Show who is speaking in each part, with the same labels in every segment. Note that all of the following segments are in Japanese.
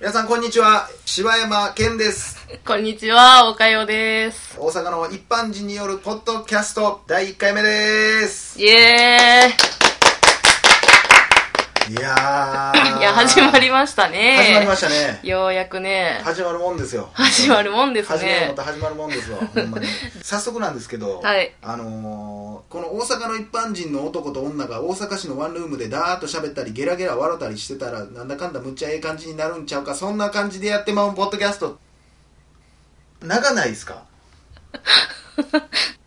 Speaker 1: 皆さんこんにちは柴山健です
Speaker 2: こんにちは、おかよです。
Speaker 1: 大阪の一般人によるポッドキャスト第1回目です
Speaker 2: イエ
Speaker 1: いや
Speaker 2: ー
Speaker 1: ー
Speaker 2: イ。いや、始まりましたね。
Speaker 1: 始まりましたね
Speaker 2: ようやくね、
Speaker 1: 始まるもんですよ
Speaker 2: 始まるもんです
Speaker 1: 始めよう
Speaker 2: ね
Speaker 1: ま。た始まるもんですわほん まに早速なんですけど、
Speaker 2: はい
Speaker 1: あのーこの大阪の一般人の男と女が大阪市のワンルームでダーッと喋ったりゲラゲラ笑ったりしてたらなんだかんだむっちゃええ感じになるんちゃうかそんな感じでやってまうポッドキャスト長ないですか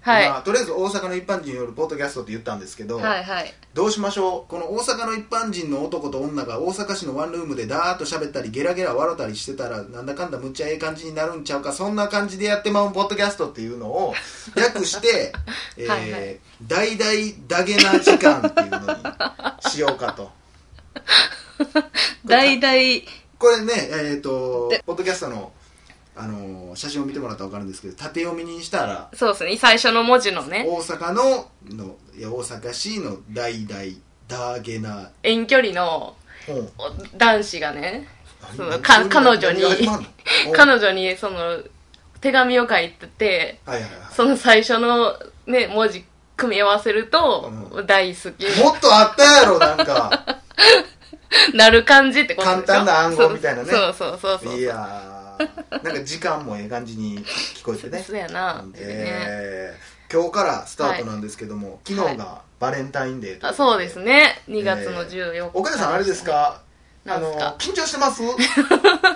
Speaker 2: はい。
Speaker 1: まあとりあえず大阪の一般人によるポッドキャストって言ったんですけど、
Speaker 2: はいはい。
Speaker 1: どうしましょうこの大阪の一般人の男と女が大阪市のワンルームでダーッと喋ったりゲラゲラ笑ったりしてたらなんだかんだむっちゃええ感じになるんちゃうかそんな感じでやってまうポッドキャストっていうの を略して「えー
Speaker 2: はいはい
Speaker 1: 大々だげな時間」っていうのにしようか と。
Speaker 2: 大々、
Speaker 1: これねえっ、と
Speaker 2: で
Speaker 1: ポッドキャストの、あのー写真を見てもらったら分かるんですけど縦読みにしたら
Speaker 2: そうですね、最初の文字の
Speaker 1: 大
Speaker 2: ね、
Speaker 1: 阪ののいや大阪市の大々だげな、
Speaker 2: 遠距離の
Speaker 1: うん
Speaker 2: お男子がね、 その
Speaker 1: 何
Speaker 2: か彼
Speaker 1: 何
Speaker 2: 女に
Speaker 1: 何が始まんの うん
Speaker 2: 彼女にその、手紙を書いてて、
Speaker 1: はいはいはい
Speaker 2: その最初のね、文字組み合わせると、
Speaker 1: う
Speaker 2: 大好き
Speaker 1: もっとあったやろなんか
Speaker 2: なる感じってことでしょ
Speaker 1: 簡単な暗号みたいなね
Speaker 2: そうそう そうそうそう。
Speaker 1: いやーなんか時間もええ感じに聞こえてね
Speaker 2: そうやな、ね
Speaker 1: えー今日からスタートなんですけども、昨日がバレンタインデーとい
Speaker 2: あ
Speaker 1: こと
Speaker 2: そうですね2月の14日、
Speaker 1: 岡田さんあれですかあ
Speaker 2: なん
Speaker 1: の
Speaker 2: すか
Speaker 1: 緊張してます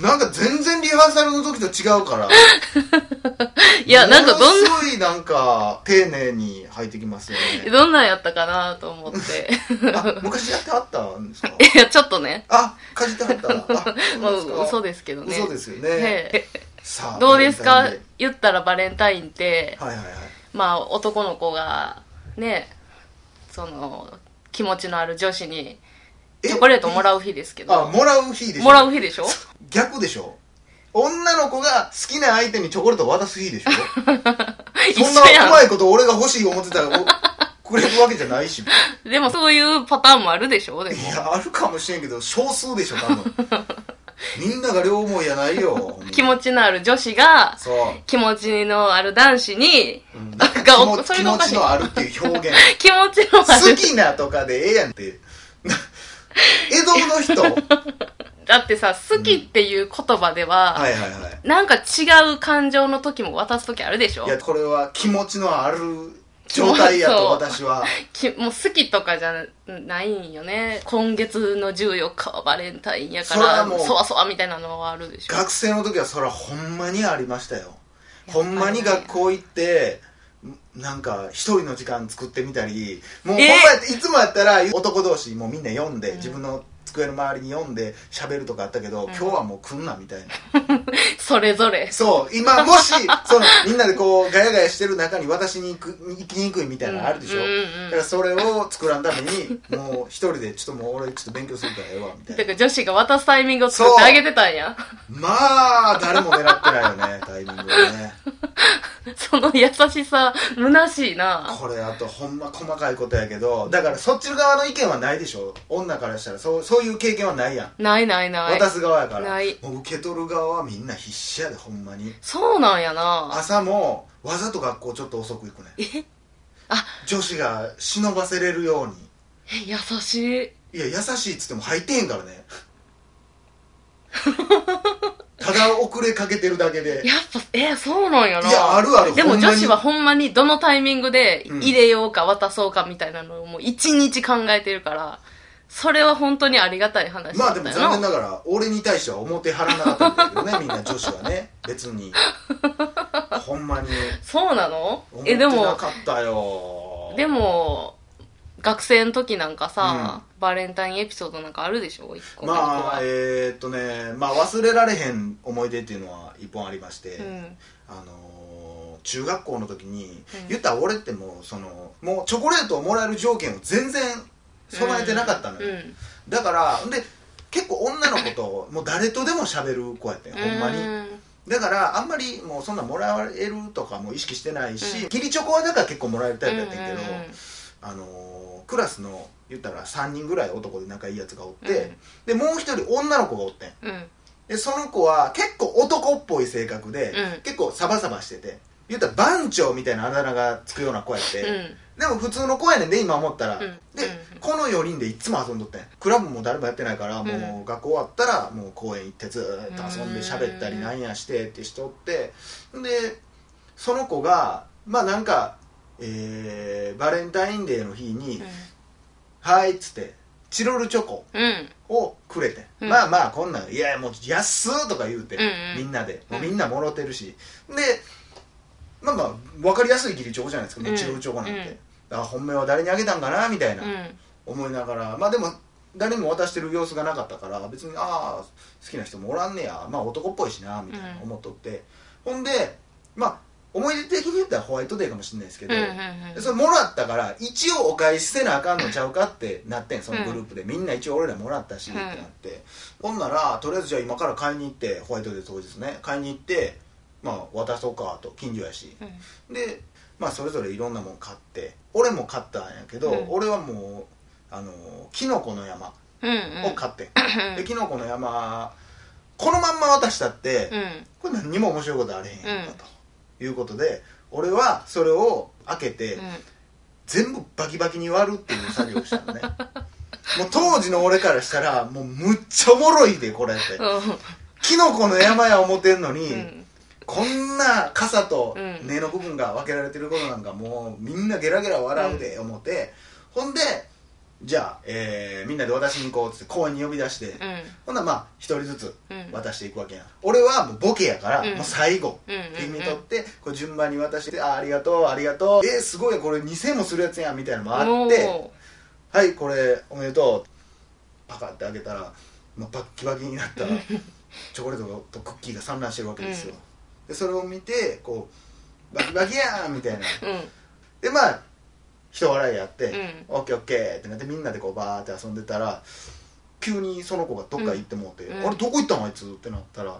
Speaker 1: なんか全然リハーサルの時と違うから
Speaker 2: いやなんかどん
Speaker 1: も
Speaker 2: な
Speaker 1: のすごいなんか丁寧に入ってきますよ ね
Speaker 2: どんなんやったかなと思って
Speaker 1: あ昔やってはったんですか
Speaker 2: いやちょっとね
Speaker 1: あかじってはったらあ
Speaker 2: も
Speaker 1: そうですか
Speaker 2: う嘘ですけどね
Speaker 1: 嘘ですよね、
Speaker 2: ねえ
Speaker 1: さあ
Speaker 2: どうです
Speaker 1: バ
Speaker 2: か
Speaker 1: レン
Speaker 2: 言ったらバレンタインって
Speaker 1: タインデーはいはいはい
Speaker 2: まあ男の子がねその気持ちのある女子に
Speaker 1: え
Speaker 2: チョコレートもらう日ですけ
Speaker 1: あ
Speaker 2: ど
Speaker 1: もらう日でしょ
Speaker 2: もらう日でしょ
Speaker 1: 逆でしょ女の子が好きな相手にチョコレートを渡す日でしょ
Speaker 2: 一
Speaker 1: そんな
Speaker 2: 緒や
Speaker 1: うまいこと俺が欲しい思ってたら おくれるわけじゃないしい
Speaker 2: んでもそういうパターンもあるでしょでも
Speaker 1: やあるかもしれんけど少数でしょ多分 みんなが両思いやないよ
Speaker 2: 気持ちのある女子が
Speaker 1: そう、
Speaker 2: 気持ちのある男子に
Speaker 1: うん
Speaker 2: が
Speaker 1: 気持
Speaker 2: それ
Speaker 1: 気
Speaker 2: がお
Speaker 1: 持
Speaker 2: かし
Speaker 1: ち
Speaker 2: い
Speaker 1: のあるっていう表 現
Speaker 2: 気持ちのある
Speaker 1: 好きなとかでええやんって江戸 の人
Speaker 2: だってさ、好きっていう言葉では、
Speaker 1: はいはいはい
Speaker 2: なんか違う感情の時も渡す時あるでしょ
Speaker 1: いやこれは気持ちのある状態やと
Speaker 2: そう
Speaker 1: 私は
Speaker 2: きもう好きとかじゃないんよね。今月の14日はバレンタインやか
Speaker 1: それは
Speaker 2: ら
Speaker 1: もう、
Speaker 2: そわそわみたいなのはあるでしょ。
Speaker 1: 学生の時はそれはほんまにありましたよほんまに
Speaker 2: やっぱり
Speaker 1: 学校行ってなんか一人の時間作ってみたりもうほんま
Speaker 2: え
Speaker 1: やいつもやったら男同士もうみんな読んで、
Speaker 2: うん
Speaker 1: 自分の机の周りに読んで喋るとかあったけど、
Speaker 2: ん
Speaker 1: 今日はもう来んなみたいな
Speaker 2: それぞれ。
Speaker 1: そう今も しそのみんなでこうガヤガヤしてる中に私に行く行きにくいみたいなのあるでしょ、
Speaker 2: うんうんうん
Speaker 1: だからそれを作らんためにもう一人でちょっともう俺ちょっと勉強するからええわみたいな
Speaker 2: だから女子が渡すタイミングを作ってあげてたんや。
Speaker 1: まあ誰も狙ってないよねタイミングはね
Speaker 2: その優しさ、虚しいな。
Speaker 1: これあとほんま細かいことやけどだからそっち側の意見はないでしょ女からしたらそうそういう経験はないやん、
Speaker 2: ないないない。
Speaker 1: 渡す側やから
Speaker 2: ない
Speaker 1: もう受け取る側はみんな必死やでほんまに
Speaker 2: そうなんやな。
Speaker 1: 朝もわざと学校ちょっと遅く行くね
Speaker 2: えあ
Speaker 1: 女子が忍ばせれるように
Speaker 2: え 優しい。
Speaker 1: いや優しいっつっても入ってへんから ねただ遅れかけてるだけで
Speaker 2: やっぱ、えーそうなんやな。
Speaker 1: いやあるある
Speaker 2: でも
Speaker 1: ほんま
Speaker 2: 女
Speaker 1: に
Speaker 2: 子はほんまにどのタイミングで
Speaker 1: うん
Speaker 2: 入れようか渡そうかみたいなのをもう一日考えてるから、それは本当にありがたい話
Speaker 1: ま
Speaker 2: だ
Speaker 1: あ
Speaker 2: っ
Speaker 1: でも
Speaker 2: たよ
Speaker 1: 残
Speaker 2: な。
Speaker 1: 念ながら俺に対しては表張らなかったんだけどね みんな女子はね別にほんまに
Speaker 2: そうなの
Speaker 1: 思っ
Speaker 2: え、
Speaker 1: て
Speaker 2: で
Speaker 1: な
Speaker 2: も、
Speaker 1: かったよ
Speaker 2: でも、学生の時なんかさ、
Speaker 1: う
Speaker 2: バレンタインエピソードなんかあるでしょ一個
Speaker 1: まあ
Speaker 2: え
Speaker 1: えーっとねまあ忘れられへん思い出っていうのは一本ありまして、
Speaker 2: うん。
Speaker 1: あのー中学校の時に、
Speaker 2: うん
Speaker 1: 言ったら俺ってもうそのもうチョコレートをもらえる条件を全然備えてなかったのよ、
Speaker 2: うん。
Speaker 1: だからで結構女の子ともう誰とでも喋る子やってんほんまに
Speaker 2: うん
Speaker 1: だからあんまりもうそんなもらえるとかも意識してないし、義理チョコはだから結構もらえるタイプやってんけど、
Speaker 2: うんうんうん
Speaker 1: あのークラスの言ったら3人ぐらい男で仲いいやつがおって、
Speaker 2: うん
Speaker 1: でもう一人女の子がおってん
Speaker 2: うんうん
Speaker 1: でその子は結構男っぽい性格で、
Speaker 2: うん
Speaker 1: 結構サバサバしてて言ったら番長みたいなあだ名がつくような子やって、でも普通の子やねんで今思ったら、
Speaker 2: うん
Speaker 1: で、
Speaker 2: うん
Speaker 1: この4人でいつも遊んどってんクラブも誰もやってないから、もう学校終わったらもう公園行ってずーっと遊んで喋ったりなんやしてってしとってでその子がまあなんか、えーバレンタインデーの日に「はい」っつってチロルチョコ
Speaker 2: うんうん
Speaker 1: をくれて、
Speaker 2: うん
Speaker 1: まあまあこんなんいやいやもう安っとか言うて、
Speaker 2: うんうん
Speaker 1: みんなでもううんみんなもろてるし、でまあまあ分かりやすい義理チョコじゃないですか、
Speaker 2: うん
Speaker 1: チロルチョコなんて、
Speaker 2: うん
Speaker 1: あ本命は誰にあげたんかなみたいな、
Speaker 2: うん
Speaker 1: 思いながらまあでも誰にも渡してる様子がなかったから別にああ好きな人もおらんねやまあ男っぽいしなみたいな
Speaker 2: うん
Speaker 1: 思っとって、ほんでまあ思い出的に言ったらホワイトデーかもしれないですけど、
Speaker 2: うん
Speaker 1: でそれもらったから一応お返しせなあかんのちゃうかってなってんそのグループで、みんな一応俺らもらったし、
Speaker 2: うん
Speaker 1: ってなってほんならとりあえずじゃあ今から買いに行ってホワイトデー当日ね買いに行ってまあ渡そうかと近所やし
Speaker 2: うん
Speaker 1: でまあそれぞれいろんなもん買って俺も買ったんやけど、
Speaker 2: うん
Speaker 1: 俺はもうあのキノコの山
Speaker 2: うん
Speaker 1: を買ってん、
Speaker 2: う
Speaker 1: で
Speaker 2: ん
Speaker 1: キノコの山このまんま渡したって、
Speaker 2: うん
Speaker 1: これ何にも面白いことあれへんやんかと、いうことで俺はそれを開けて、
Speaker 2: うん
Speaker 1: 全部バキバキに割るっていう作業をしたのね もう当時の俺からしたらもうむっちゃおもろいでこれってキノコの山や思てんのに、
Speaker 2: うん
Speaker 1: こんな傘と
Speaker 2: うん
Speaker 1: 根の部分が分けられてることなんかもうみんなゲラゲラ笑うで思って、ほんでじゃあ、えーみんなで渡しに行こうっつって公園に呼び出して、
Speaker 2: うん
Speaker 1: ほんならまあ一人ずつ
Speaker 2: うん
Speaker 1: 渡していくわけやん、俺はもうボケやから、
Speaker 2: うん
Speaker 1: もう最後、
Speaker 2: うんうんう
Speaker 1: 手
Speaker 2: ん
Speaker 1: に取ってこう順番に渡して「あーありがとうありがとうえー、すごいこれ2000もするやつやん」みたいなのもあって
Speaker 2: お
Speaker 1: 「はいこれおめでとう」パカって開けたら、まあ、バッキバキにな ったチョコレートとクッキーが散乱してるわけですよ、
Speaker 2: うん
Speaker 1: でそれを見てこう「バキバキやん!」みたいな
Speaker 2: ーうん
Speaker 1: でまあ人笑いやって、
Speaker 2: うん
Speaker 1: オッケーオッケーってなってみんなでこうバーって遊んでたら急にその子がどっか行ってもうて、
Speaker 2: うん
Speaker 1: あれどこ行ったんあいつってなったら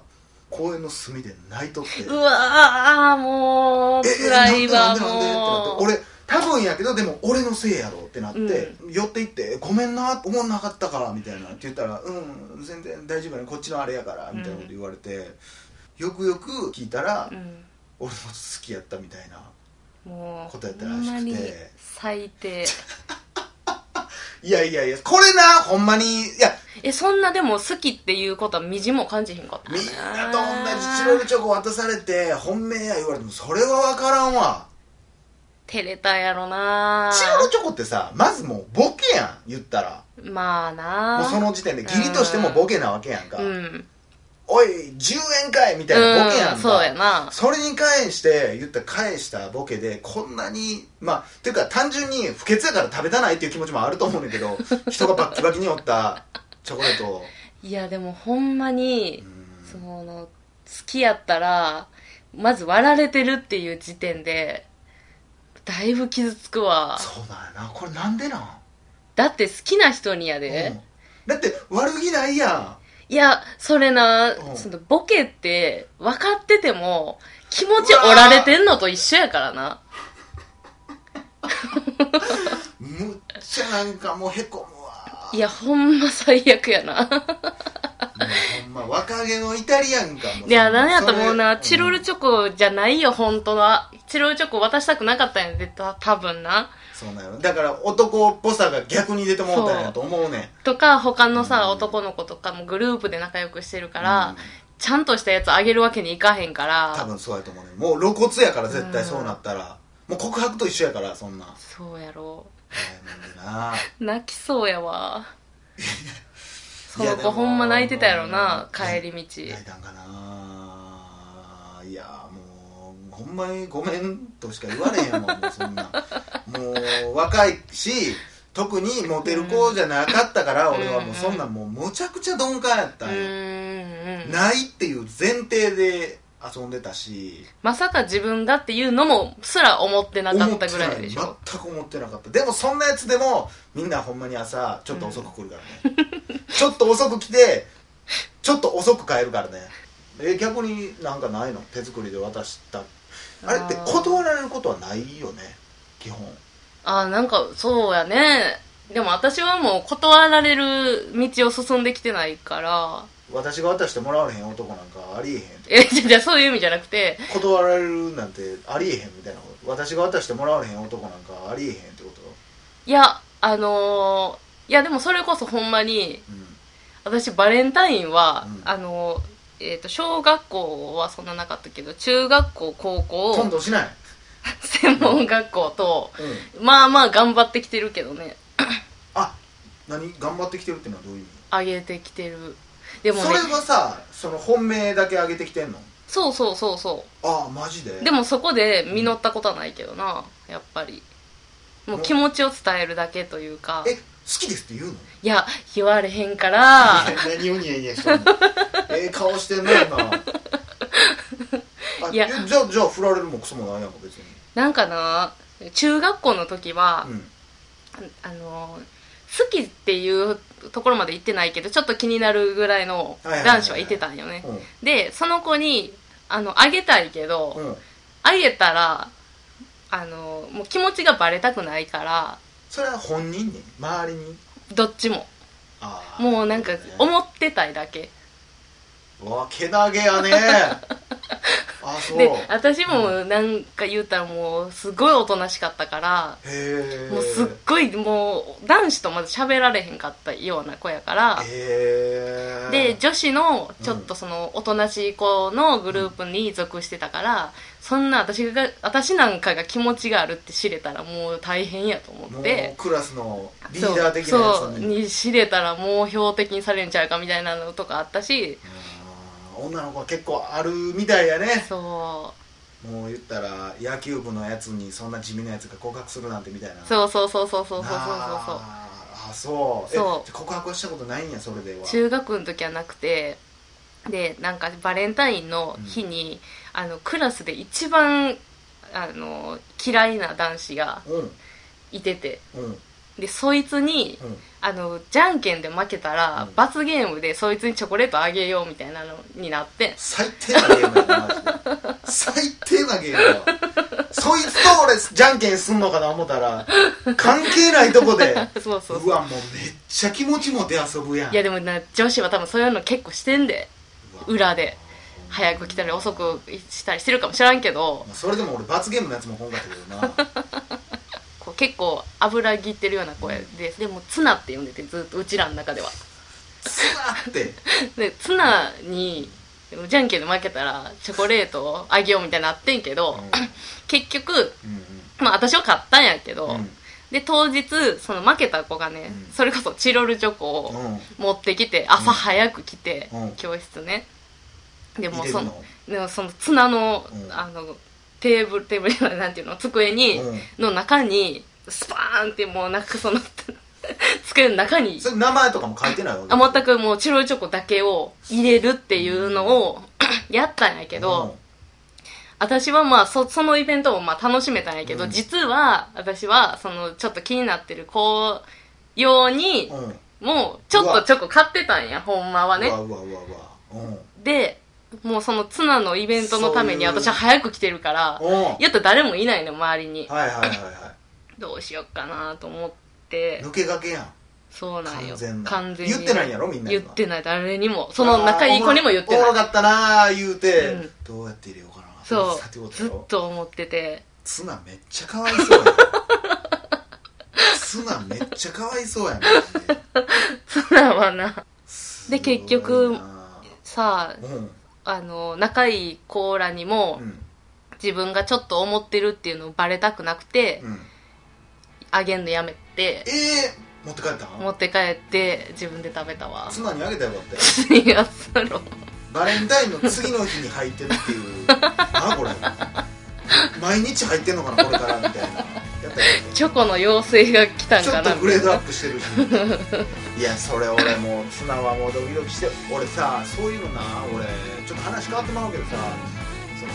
Speaker 1: 公園の隅で泣いとって
Speaker 2: うわーもう
Speaker 1: え
Speaker 2: 辛い
Speaker 1: なん
Speaker 2: わ
Speaker 1: でなんでなん
Speaker 2: も
Speaker 1: でってな
Speaker 2: う
Speaker 1: って俺多分やけどでも俺のせいやろってなって、寄って行って「ごめんな思んなかったから」みたいなって言ったら「うん全然大丈夫やねこっちのあれやから」みたいなこと言われて、よくよく聞いたら、
Speaker 2: うん
Speaker 1: 俺のこと好きやったみたいな
Speaker 2: もう
Speaker 1: ことやったらしくて
Speaker 2: ほんまに最低
Speaker 1: いやいやいやこれなほんまにいや
Speaker 2: えそんなでも好きっていうことはみじんも感じへんかった
Speaker 1: みんなと同じチロルチョコ渡されて本命や言われてもそれは分からんわ
Speaker 2: 照れたやろな
Speaker 1: チロルチョコってさまずもうボケやん言ったら
Speaker 2: まあな
Speaker 1: もうその時点で義理としてもボケなわけやんか、
Speaker 2: うん
Speaker 1: おい10円かいみたいなボケやんか、
Speaker 2: うんそうやな
Speaker 1: それに返して言ったら返したボケでこんなにまあていうか単純に不潔やから食べたないっていう気持ちもあると思うねんだけ ど人がバッキバキにおったチョコレートを
Speaker 2: いやでもほんまに
Speaker 1: うん
Speaker 2: その好きやったらまず割られてるっていう時点でだいぶ傷つくわ
Speaker 1: そうなんやなこれなんでなん、
Speaker 2: だって好きな人にやで、
Speaker 1: うんだって悪気ないやん
Speaker 2: いや、それな、
Speaker 1: うん
Speaker 2: そのボケって分かってても気持ち折られてんのと一緒やからな。
Speaker 1: むっちゃなんかもうへこむわ
Speaker 2: いや、ほんま最悪 やな。
Speaker 1: もうほんま若気のイタリアンかも
Speaker 2: いや、なんやと思うな、
Speaker 1: それ
Speaker 2: チロルチョコじゃないよ、本当は。チロルチョコ渡したくなかったんやで、た多分な。
Speaker 1: そうなんやろだから男っぽさが逆に出てもうたんやと思うねん
Speaker 2: とか、他のさ、男の子とかもグループで仲良くしてるから、
Speaker 1: うん
Speaker 2: ちゃんとしたやつあげるわけにいかへんか
Speaker 1: 多
Speaker 2: ら、
Speaker 1: 分そうやと思うねんもう露骨やから絶対そうなったら、もう告白と一緒やからそんなん
Speaker 2: そうやろ。
Speaker 1: 悩んでな
Speaker 2: 泣きそうやわ。 そ
Speaker 1: いや
Speaker 2: の
Speaker 1: で
Speaker 2: 子
Speaker 1: も
Speaker 2: ほんま泣いてたやろな、
Speaker 1: うん
Speaker 2: 帰り道。
Speaker 1: 泣いたんかないやもうほんまにごめんとしか言われへんもんもうそんなもう若いし特にモテる子じゃなかったから、俺はもうそんなんもうむちゃくちゃ鈍感やった
Speaker 2: うん
Speaker 1: や、
Speaker 2: んうん。
Speaker 1: ないっていう前提で遊んでたし
Speaker 2: まさか自分がっていうのもすら思ってなか
Speaker 1: 思
Speaker 2: っ
Speaker 1: って
Speaker 2: た
Speaker 1: な
Speaker 2: ぐらいでしょ
Speaker 1: 全く思ってなかったでもそんなやつでもみんなほんまに朝ちょっと遅く来るからね、ちょっと遅く来てちょっと遅く帰るからねえ逆になんかないの手作りで渡したあれって断られることはないよね基本
Speaker 2: あーなんかそうやねでも私はもう断られる道を進んできてないから
Speaker 1: 私が渡してもらわれへん男なんかありえへん
Speaker 2: えじゃじゃそういう意味じゃなくて
Speaker 1: 断られるなんてありえへんみたいなこと私が渡してもらわれへん男なんかありえへんってこと
Speaker 2: いやあのーいやでもそれこそほんまに
Speaker 1: う
Speaker 2: 私バレンタインは、
Speaker 1: うん
Speaker 2: あのーえっと小学校はそんななかったけど中学校高
Speaker 1: ん今
Speaker 2: 校
Speaker 1: 度しない
Speaker 2: 専門学校と
Speaker 1: うん
Speaker 2: まあまあ頑張ってきてるけどね
Speaker 1: あ何頑張ってきてるってのはどういう意味
Speaker 2: 上げてきてるでもね
Speaker 1: それはさその本命だけ上げてきてんの
Speaker 2: そうそうそうそ
Speaker 1: ああマジで
Speaker 2: うでもそこで実ったことはないけどなやっぱりもう気持ちを伝えるだけというか
Speaker 1: え好きですって言うの
Speaker 2: いや言われへんから
Speaker 1: いや何をニヤニヤしてんのええ顔してんなよなあ
Speaker 2: いや
Speaker 1: じゃあじゃあ振られるもクソもないやんか別に
Speaker 2: なんかな中学校の時は
Speaker 1: う、ん
Speaker 2: あの好きっていうところまで行ってないけどちょっと気になるぐらいの
Speaker 1: はいはいはいはい
Speaker 2: 男子はいてたんよね
Speaker 1: う
Speaker 2: でその子にあのあげたいけど、
Speaker 1: んうん
Speaker 2: あげたらあのもう気持ちがバレたくないから
Speaker 1: それは本人に周りに
Speaker 2: どっちも
Speaker 1: ああ
Speaker 2: もうなんか思ってたいだけ
Speaker 1: うわけなげ やねあそう
Speaker 2: で
Speaker 1: へ
Speaker 2: 私もなんか言うたらもうすごいおとなしかったから
Speaker 1: え
Speaker 2: もうすっごいもう男子とまず喋られへんかったような子やから
Speaker 1: へえ
Speaker 2: で女子のちょっとそのおとなしい子のグループに属してたから、そんな私が私なんかが気持ちがあるって知れたらもう大変やと思
Speaker 1: も
Speaker 2: っ
Speaker 1: う
Speaker 2: て
Speaker 1: クラスのリ
Speaker 2: そう
Speaker 1: ーダー的なや
Speaker 2: そう
Speaker 1: つに
Speaker 2: に知れたらもう標的にされんちゃうかみたいなのとかあったし
Speaker 1: うん女の子は結構あるみたいやね
Speaker 2: そ
Speaker 1: もう言ったら野球部のやつにそんな地味なやつが告白するなんてみたいな
Speaker 2: う
Speaker 1: う
Speaker 2: そうそうそうそうそうそうそうそう
Speaker 1: あーあそうえ
Speaker 2: そう
Speaker 1: じゃあ告白はしたことないんやそれでは
Speaker 2: 中学の時はなくてでなんかバレンタインの日に、あのクラスで一番あの嫌いな男子が
Speaker 1: うん
Speaker 2: いてて
Speaker 1: うんうん
Speaker 2: でそいつにあのじゃんけんで負けたら、
Speaker 1: うん
Speaker 2: 罰ゲームでそいつにチョコレートあげようみたいなのになってん
Speaker 1: 最低なゲームやなマジで最低なゲームや わそいつと俺じゃんけんすんのかな思ったら関係ないとこで
Speaker 2: そうそう
Speaker 1: う
Speaker 2: そう
Speaker 1: わもうめっちゃ気持ちも出遊ぶやん
Speaker 2: いやでもな女子は多分そういうの結構してんで
Speaker 1: うわ
Speaker 2: 裏で早く来たり遅くしたりしてるかもしらんけど
Speaker 1: まあそれでも俺罰ゲームのやつも本かったけどな
Speaker 2: こう結構油ぎってるような声ででもツナって呼んでてずっとうちらの中では
Speaker 1: すわって
Speaker 2: でツナにじゃんけんで負けたらチョコレートをあげようみたいになってんけど、
Speaker 1: うん
Speaker 2: 結局、
Speaker 1: う
Speaker 2: まあ、私は買ったんやけど、
Speaker 1: んうん
Speaker 2: で当日その負けた子がね、
Speaker 1: うん
Speaker 2: それこそチロルチョコを
Speaker 1: うん
Speaker 2: 持ってきて朝早く来て、
Speaker 1: うん
Speaker 2: 教室ねでも
Speaker 1: 入れる
Speaker 2: その
Speaker 1: の
Speaker 2: でもそのツナの,、
Speaker 1: うん
Speaker 2: あのテーブルテーブルじゃないなんていうの机に、
Speaker 1: うん
Speaker 2: の中にスパーンってもうなんかその 机の中に
Speaker 1: それ名前とかも書いてないわけ
Speaker 2: あ全くもうチロルチョコだけを入れるっていうのを やったんやけど、私はまあそそのイベントもまあ楽しめたんやけど、
Speaker 1: うん
Speaker 2: 実は私はそのちょっと気になってる子用に
Speaker 1: うんうん
Speaker 2: もうちょっとチョコ買ってたんやほんまはね
Speaker 1: うわうわうわうわうん
Speaker 2: でもうそのツナのイベントのために
Speaker 1: そういう
Speaker 2: 私は早く来てるから
Speaker 1: うんはい
Speaker 2: やったら誰もいないの周りに
Speaker 1: はいはいは
Speaker 2: どうしよっかなと思っ
Speaker 1: い
Speaker 2: て
Speaker 1: 抜けがけやん
Speaker 2: そうなんよ
Speaker 1: 完全な
Speaker 2: に
Speaker 1: 言ってないんやろみんな
Speaker 2: 言
Speaker 1: 今
Speaker 2: ってない誰にもその仲いい子にも言って
Speaker 1: あーお
Speaker 2: な
Speaker 1: もろ
Speaker 2: い
Speaker 1: かったなー言うて、
Speaker 2: うん
Speaker 1: どうやって入れようかな
Speaker 2: そ
Speaker 1: さてこ
Speaker 2: う
Speaker 1: と
Speaker 2: ず
Speaker 1: や
Speaker 2: っ
Speaker 1: ろ
Speaker 2: と思ってて
Speaker 1: ツナめっちゃかわいそうや なツナめっちゃかわいそうやな
Speaker 2: ツナはな
Speaker 1: すご
Speaker 2: で
Speaker 1: いな
Speaker 2: 結局さあ
Speaker 1: うん
Speaker 2: あの仲いい子らにも
Speaker 1: うん
Speaker 2: 自分がちょっと思ってるっていうのをバレたくなくて
Speaker 1: うん
Speaker 2: あげんのやめて
Speaker 1: えー、持って帰ったん
Speaker 2: 持って帰って自分で食べたわ
Speaker 1: ツナにあげたらよかったよ
Speaker 2: いやそろ
Speaker 1: バレンタインの次の日に入ってるっていう なこれ毎日入ってんのかなこれからみたいなやったよ ね
Speaker 2: チョコの妖精が来たん
Speaker 1: ちょ
Speaker 2: か
Speaker 1: っ
Speaker 2: な
Speaker 1: とグレードアップしてるしいやそれ俺もうツナはもうドキドキして俺さそういうのな俺ちょっと話変わってまうけどさその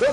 Speaker 1: どう